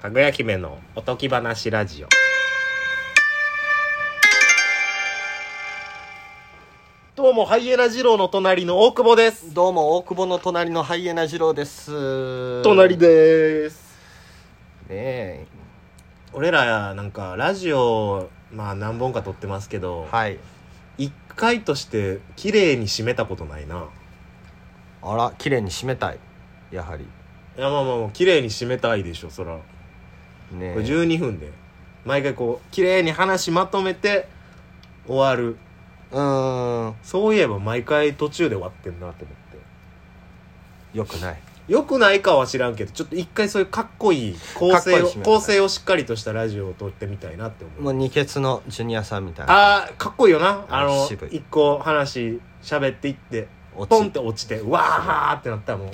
かぐや姫のおとぎ話ラジオどうもハイエナ二郎の隣の大久保ですどうも大久保の隣のハイエナ二郎です隣ねですえ俺らなんかラジオまあ何本か撮ってますけど、はい一回として綺麗に締めたことないなあら綺麗に締めたいやはりいやまあまあまあ綺麗に締めたいでしょそらねこれ12分で毎回こう綺麗に話まとめて終わるうーんそういえば毎回途中で終わってんなと思ってよくないよくないかは知らんけどちょっと一回そういうかっこいい構成かをっこいい締め方構成をしっかりとしたラジオを撮ってみたいなって思もうう二欠のジュニアさんみたいなあーかっこいいよなあの渋い一個話喋っていって落ポンって落ちてわーってなったらもう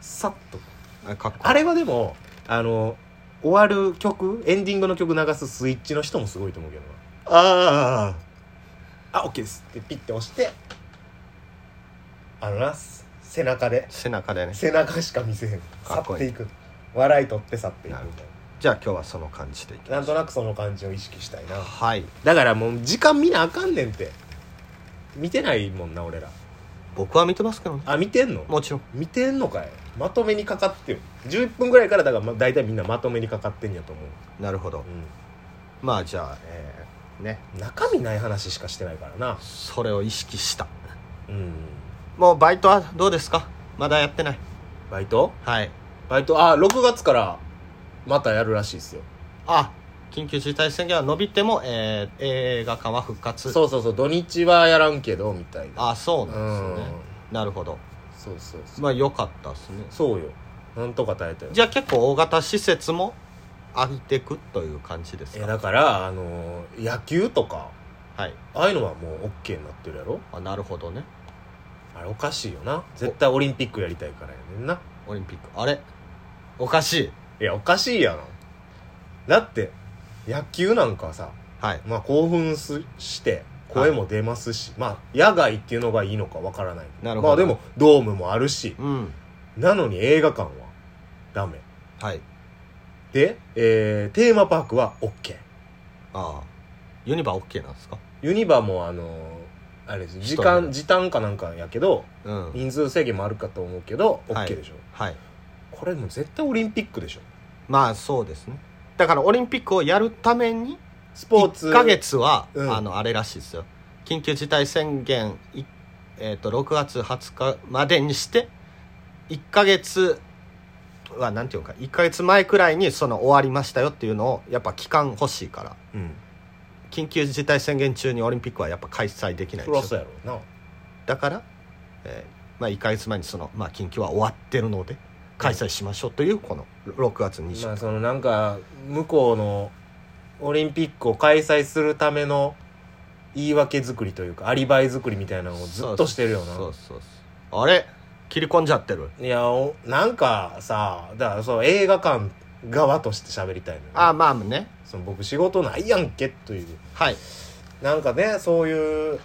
さっとあかっこいいあれはでもあの終わる曲エンディングの曲流すスイッチの人もすごいと思うけどなああ、オッケーですってピッて押して、あのな、す背中であ、背中でね背中しか見せへん。去かっっこていいいく。笑い取って去っていくみなるほたいじゃあ今日はその感じでいきな。なまんしょとなくその感じを意識したいなう。はいだからもう時間見なあかんねんって。見てないもんな、俺ら。僕は見てますけどねあ、見てんのもちろん見てんのかいまとめにかかってよ。11分ぐらいからだからま大体みんなまとめにかかってんやと思う。なるほどうまあじゃあえーねん。中身ない話しかしてないからな。それを意識したうん。もうバイトはどうですかまだやってないバイトはいバイト、あ、6月からまたやるらしいですよ。あ緊急事態宣言は伸びても、えー映画館は復活そうそうそう土日はやらんけどみたいなあそううなんですねんなるほどそうそうそうまあ良かったですねそうよなんとか耐えたよじゃあ結構大型施設も空いてくという感じですえかだからあのー野球とかはいああいうのはもう OK になってるやろあなるほどねあれおかしいよな絶対オリンピックやりたいからやねんなオリンピックあれおかしいいやおかしいやろだって野球なんかはさはいまあ興奮すして声も出ますし、まあ野外っていうのがいいのかわからないなるほどまあでもドームもあるしうんなのに映画館はダメはいで、えー、テーマパークは OK ああユニバー OK なんですかユニバもあのあれです時間時短かなんかやけどうん人数制限もあるかと思うけどはい OK でしょ、はいこれもう絶対オリンピックでしょまあそうですねだからオリンピックをやるためにスポーツ1ヶ月は、うんあのあれらしいですよ緊急事態宣言、いえー、と6月20日までにして1ヶ月はなんていうか1ヶ月前くらいにその終わりましたよっていうのをやっぱ期間欲しいからうん緊急事態宣言中にオリンピックはやっぱ開催できないそりゃでしそうょやろうなだから、えーまあ、1ヶ月前にその、まあ、緊急は終わってるので開催しましょうというこの6月20日、まあそのなんか向こうのオリンピックを開催するための言い訳作りというかアリバイ作りみたいなのをずっとしてるよなそうそうそうあれ切り込んじゃってるいやおなんかさだからそう映画館側として喋りたいのよああまあねその僕仕事ないやんけというはいなんかねそういう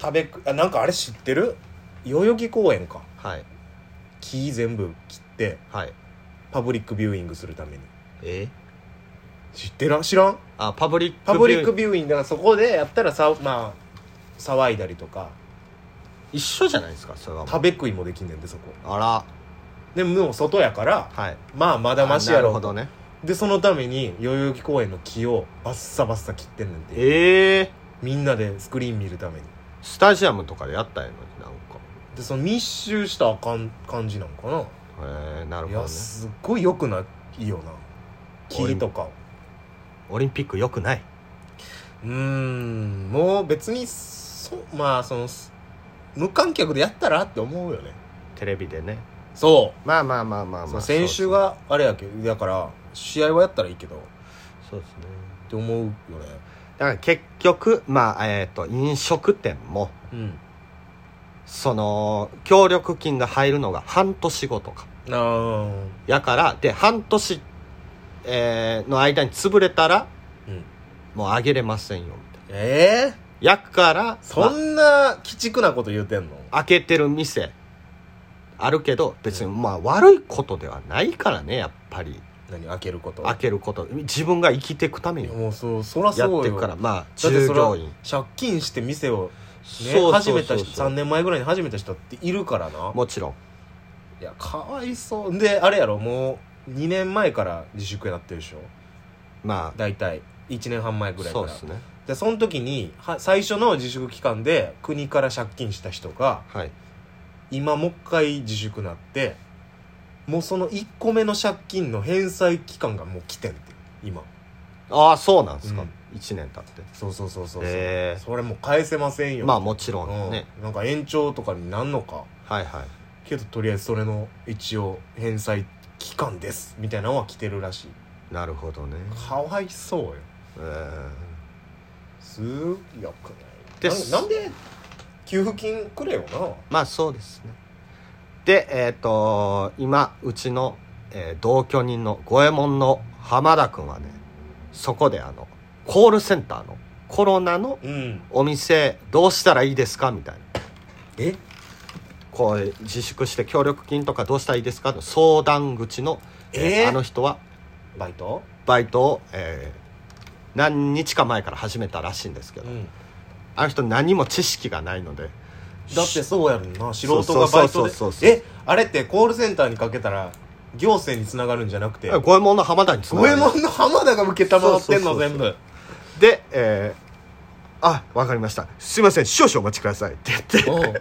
食べくあなんかあれ知ってる代々木公園かはい木全部切ってはいパブリックビューイングするためにえ知ってらん知らんあパブリックパブリックビュービューイングだからそこでやったらさまあ騒いだりとか一緒じゃないですかそれはもう食べ食いもできんねんでそこあでもう外やかららはいまあまだましやなるほろどねでそのために代々木公園の木をバッサバッサ切ってんねんてええみんなでスクリーン見るためにスタジアムとかでやったんやのになんかでその密集したあかん感じなんかなへえなるいほどやねすっごい良くないよな木とかオリンピックよくないうーんもう別にそまあそのす無観客でやったらって思うよねテレビでねそまあまあまあまあう、まあ先週があれやけどだから試合はやったらいいけどっそうですねて思うよねだから結局まあえっ、と飲食店もうんその協力金が入るのが半年後とかあーやからで半年、えーの間に潰れたらうんもうあげれませんよみたいなええやからそまんな鬼畜なこと言うてんのあ開けてる店あるけど別にまあ悪いことではないからねやっぱり何開けること開けること自分が生きていくためにもうそうそらやそっうていくよからまあだって従それ業は員借金して店を、ね、そう始そうめそたう人そう3年前ぐらいに始めた人っているからなもちろんいやかわいそうであれやろもう2年前から自粛やってるでしょまあ大体1年半前ぐらいかそうらですねでその時には最初の自粛期間で国から借金した人がはい今もう一回自粛なってもうその1個目の借金の返済期間がもう来てんって今ああそうなんですか、うん一年経ってそうそうそうそうそう、へえそれもう返せませんよまあもちろうんんね、なんか延長とかになんのかはいはいけどとりあえずそれの一応返済期間ですみたいなのは来てるらしいなるほどねかわいそうよえーすーよくでないななんで給付金くれよまあそうですねでえっ、と今うちの、えー同居人の五右衛門の浜田君はねそこであのコールセンターのコロナのなうんお店どうしたらいいですかみたいなえこう自粛して協力金とかどうしたらいいですかの相談口の、えーあの人はバイトバイトを、えー何日か前から始めたらしいんですけど、んあの人何も知識がないのでだってそうやるな素人がバイそトうそうそうそうでえあれってコールセンターにかけたら行政につながるんじゃなくて五右衛門の浜田につ五右衛る門の浜田が受けたまってんのそうそうそうそう全部で、えーあわかりましたすいません少々お待ちください」って言っておう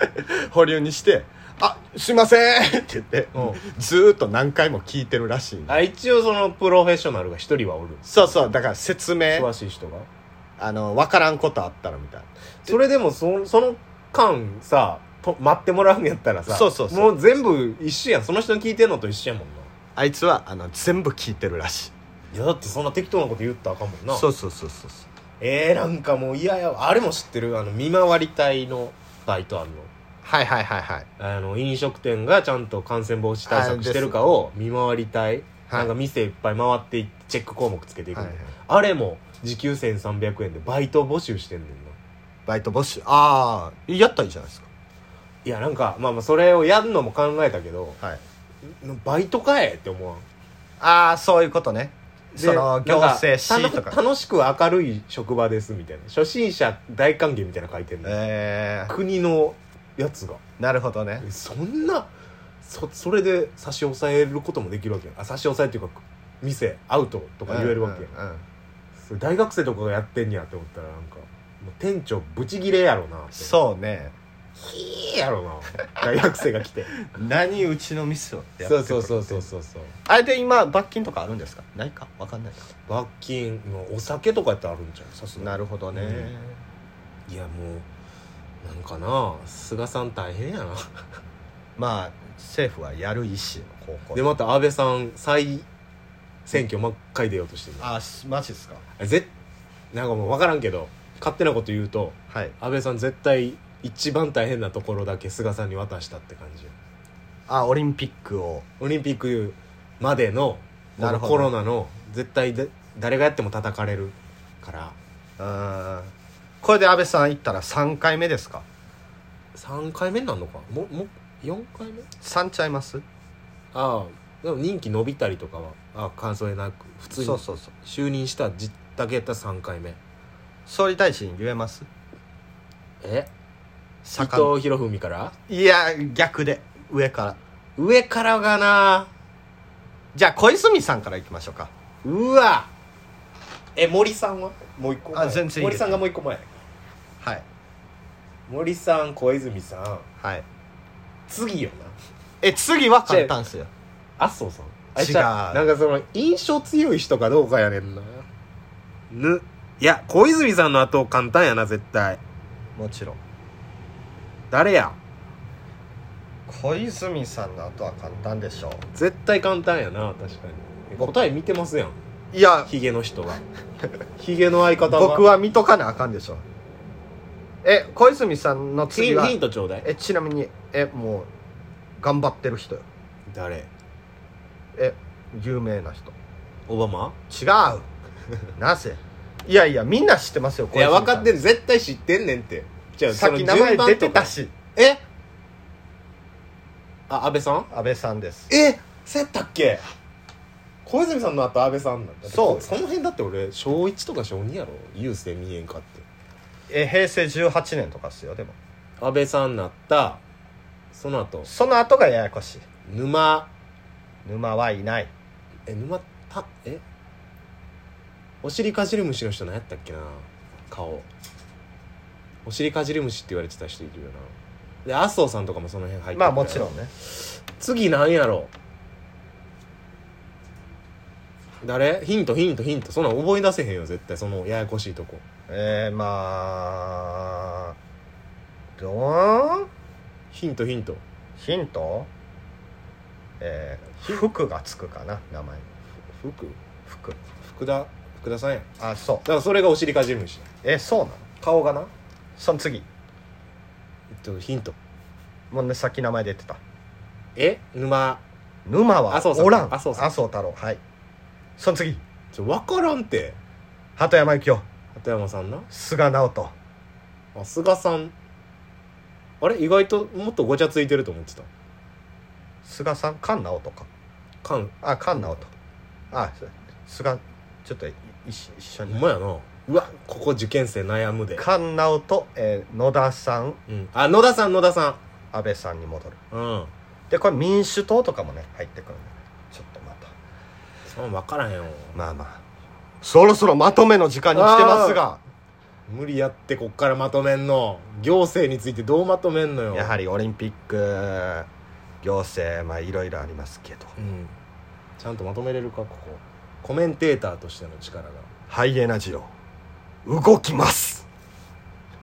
保留にして「あすいません」って言ってうんずーっと何回も聞いてるらしいんであ一応そのプロフェッショナルが一人はおるそうそうだから説詳明しい人があの分からんことあったらみたいなそれでもそその間さと待ってもらうんやったらさそうそうそもうう全部一緒やんその人に聞いてんのと一緒やもんなあいつはあの全部聞いてるらしいいやだってそんな適当なこと言ったらあかんもんなそうそうそうそうそうえー、なんかもう嫌やわあれも知ってるあの見回り隊のバイトあるのはいはいはいはいあの飲食店がちゃんと感染防止対策してるかを見回りたい、はいなんか店いっぱい回っていってチェック項目つけていくの、はいはいあれも時給1300円でバイト募集してんねんなバイト募集ああやったらいいじゃないですいやなんかまあまあそれをやるのも考えたけどかはいバイトかえって思わんああそういうことねでその行なん政たの C とか楽しく明るい職場ですみたいな初心者大歓迎みたいなの書いてんの、えー、国のやつがなるほどねえそんなそそれで差し押さえることもできるわけよあ差し押さえっていうか店アウトとか言えるわけ、うんうんうんそれ大学生とかがやってんねやって思ったらなんかもう店長ブチギレやろなうそうねいいやろな大学生が来 て何うちのミスをってやってそくうるそうそうそうそうそうあれで今罰金とかあるんですかないかわかんないか罰金のお酒とかやったらあるんちゃうさすがになるほどね、いやもうなんかな菅さん大変や なまあ政府はやる意思の方向でまた安倍さん再選挙真っ赤い出ようとしてるあーマジですかぜなんかもう分からんけど勝手なこと言うとはい安倍さん絶対一番大変なところだけ菅さんに渡したって感じあオリンピックをオリンピックまでのこなるのほどコロナの絶対で誰がやっても叩かれるからうーんこれで安倍さん行ったら3回目ですか3回目になるのかもも4回目3ちゃいますああでも任期伸びたりとかはああ感想でなく普通にそうそうそう就任した実だけやったら3回目総理大臣言えますえ伊坂藤博文からいや逆で上から上からがなじゃあ小泉さんから行きましょうかうわえ森さんはもう一個前あ全然いい森さんがもう一個前はい森さん小泉さんはい次よなえ次は簡単っすよ麻生さん違うじゃあなんかその印象強い人かどうかやねんなぬいや小泉さんの後簡単やな絶対もちろん誰や小泉さんの後は簡単でしょ絶対簡単やな確かにえ答え見てますやんういやヒゲの 人がヒゲの相方が僕は見とかなあかんでしょえ小泉さんのヒ次ンはヒントちょうだいえちなみにえもう頑張ってる人よ誰え有名な人オバマ違 うなぜいやいやみんな知ってますよいや分かってるん絶対知ってんねんってじゃあさっき名前出てたしえあ安倍さん安倍さんですえせやったっけ小泉さんの後安倍さんなんだそうその辺だって俺小1とか小2やろユースで見えんかってえ平成18年とかっすよでも安倍さんなったその後その後がややこしい沼沼はいないえ沼たえお尻かじり虫の人何やったっけな顔お尻かじり虫って言われてた人いるよなで麻生さんとかもその辺入ってまあもちろんね次なんやろ誰ヒントヒントヒントそんなん覚え出せへんよ絶対そのややこしいとこえー、まあどーんヒントヒントヒントえー、服がつくかな名前に福服福田福田さんやだあそうからそれがお尻かじり虫えそうなの顔がなその次えっとヒントもうねさっき名前出てたえ沼沼は麻生さんおらん麻生さん太郎はいその次ちょ分からんて鳩山由紀夫鳩山さんな菅直人あ菅さんあれ意外ともっとごちゃついてると思ってた菅さん菅直人か菅あ菅直人あ菅ちょっとい一緒一緒ほにんまやなうわここ受験生悩むで、菅直人、えー野田さんうん、あ野田さん野田さ安倍さんに戻るんうんでこれ民主党とかもね入ってくるんだちょっとまたそんなん分からへんよまあまあそろそろまとめの時間に来てますが無理やってこっからまとめんの行政についてどうまとめんのよやはりオリンピック行政まあいろいろありますけどうん、ちゃんとまとめれるかここコメンテーターとしての力がハイエナジオ動きます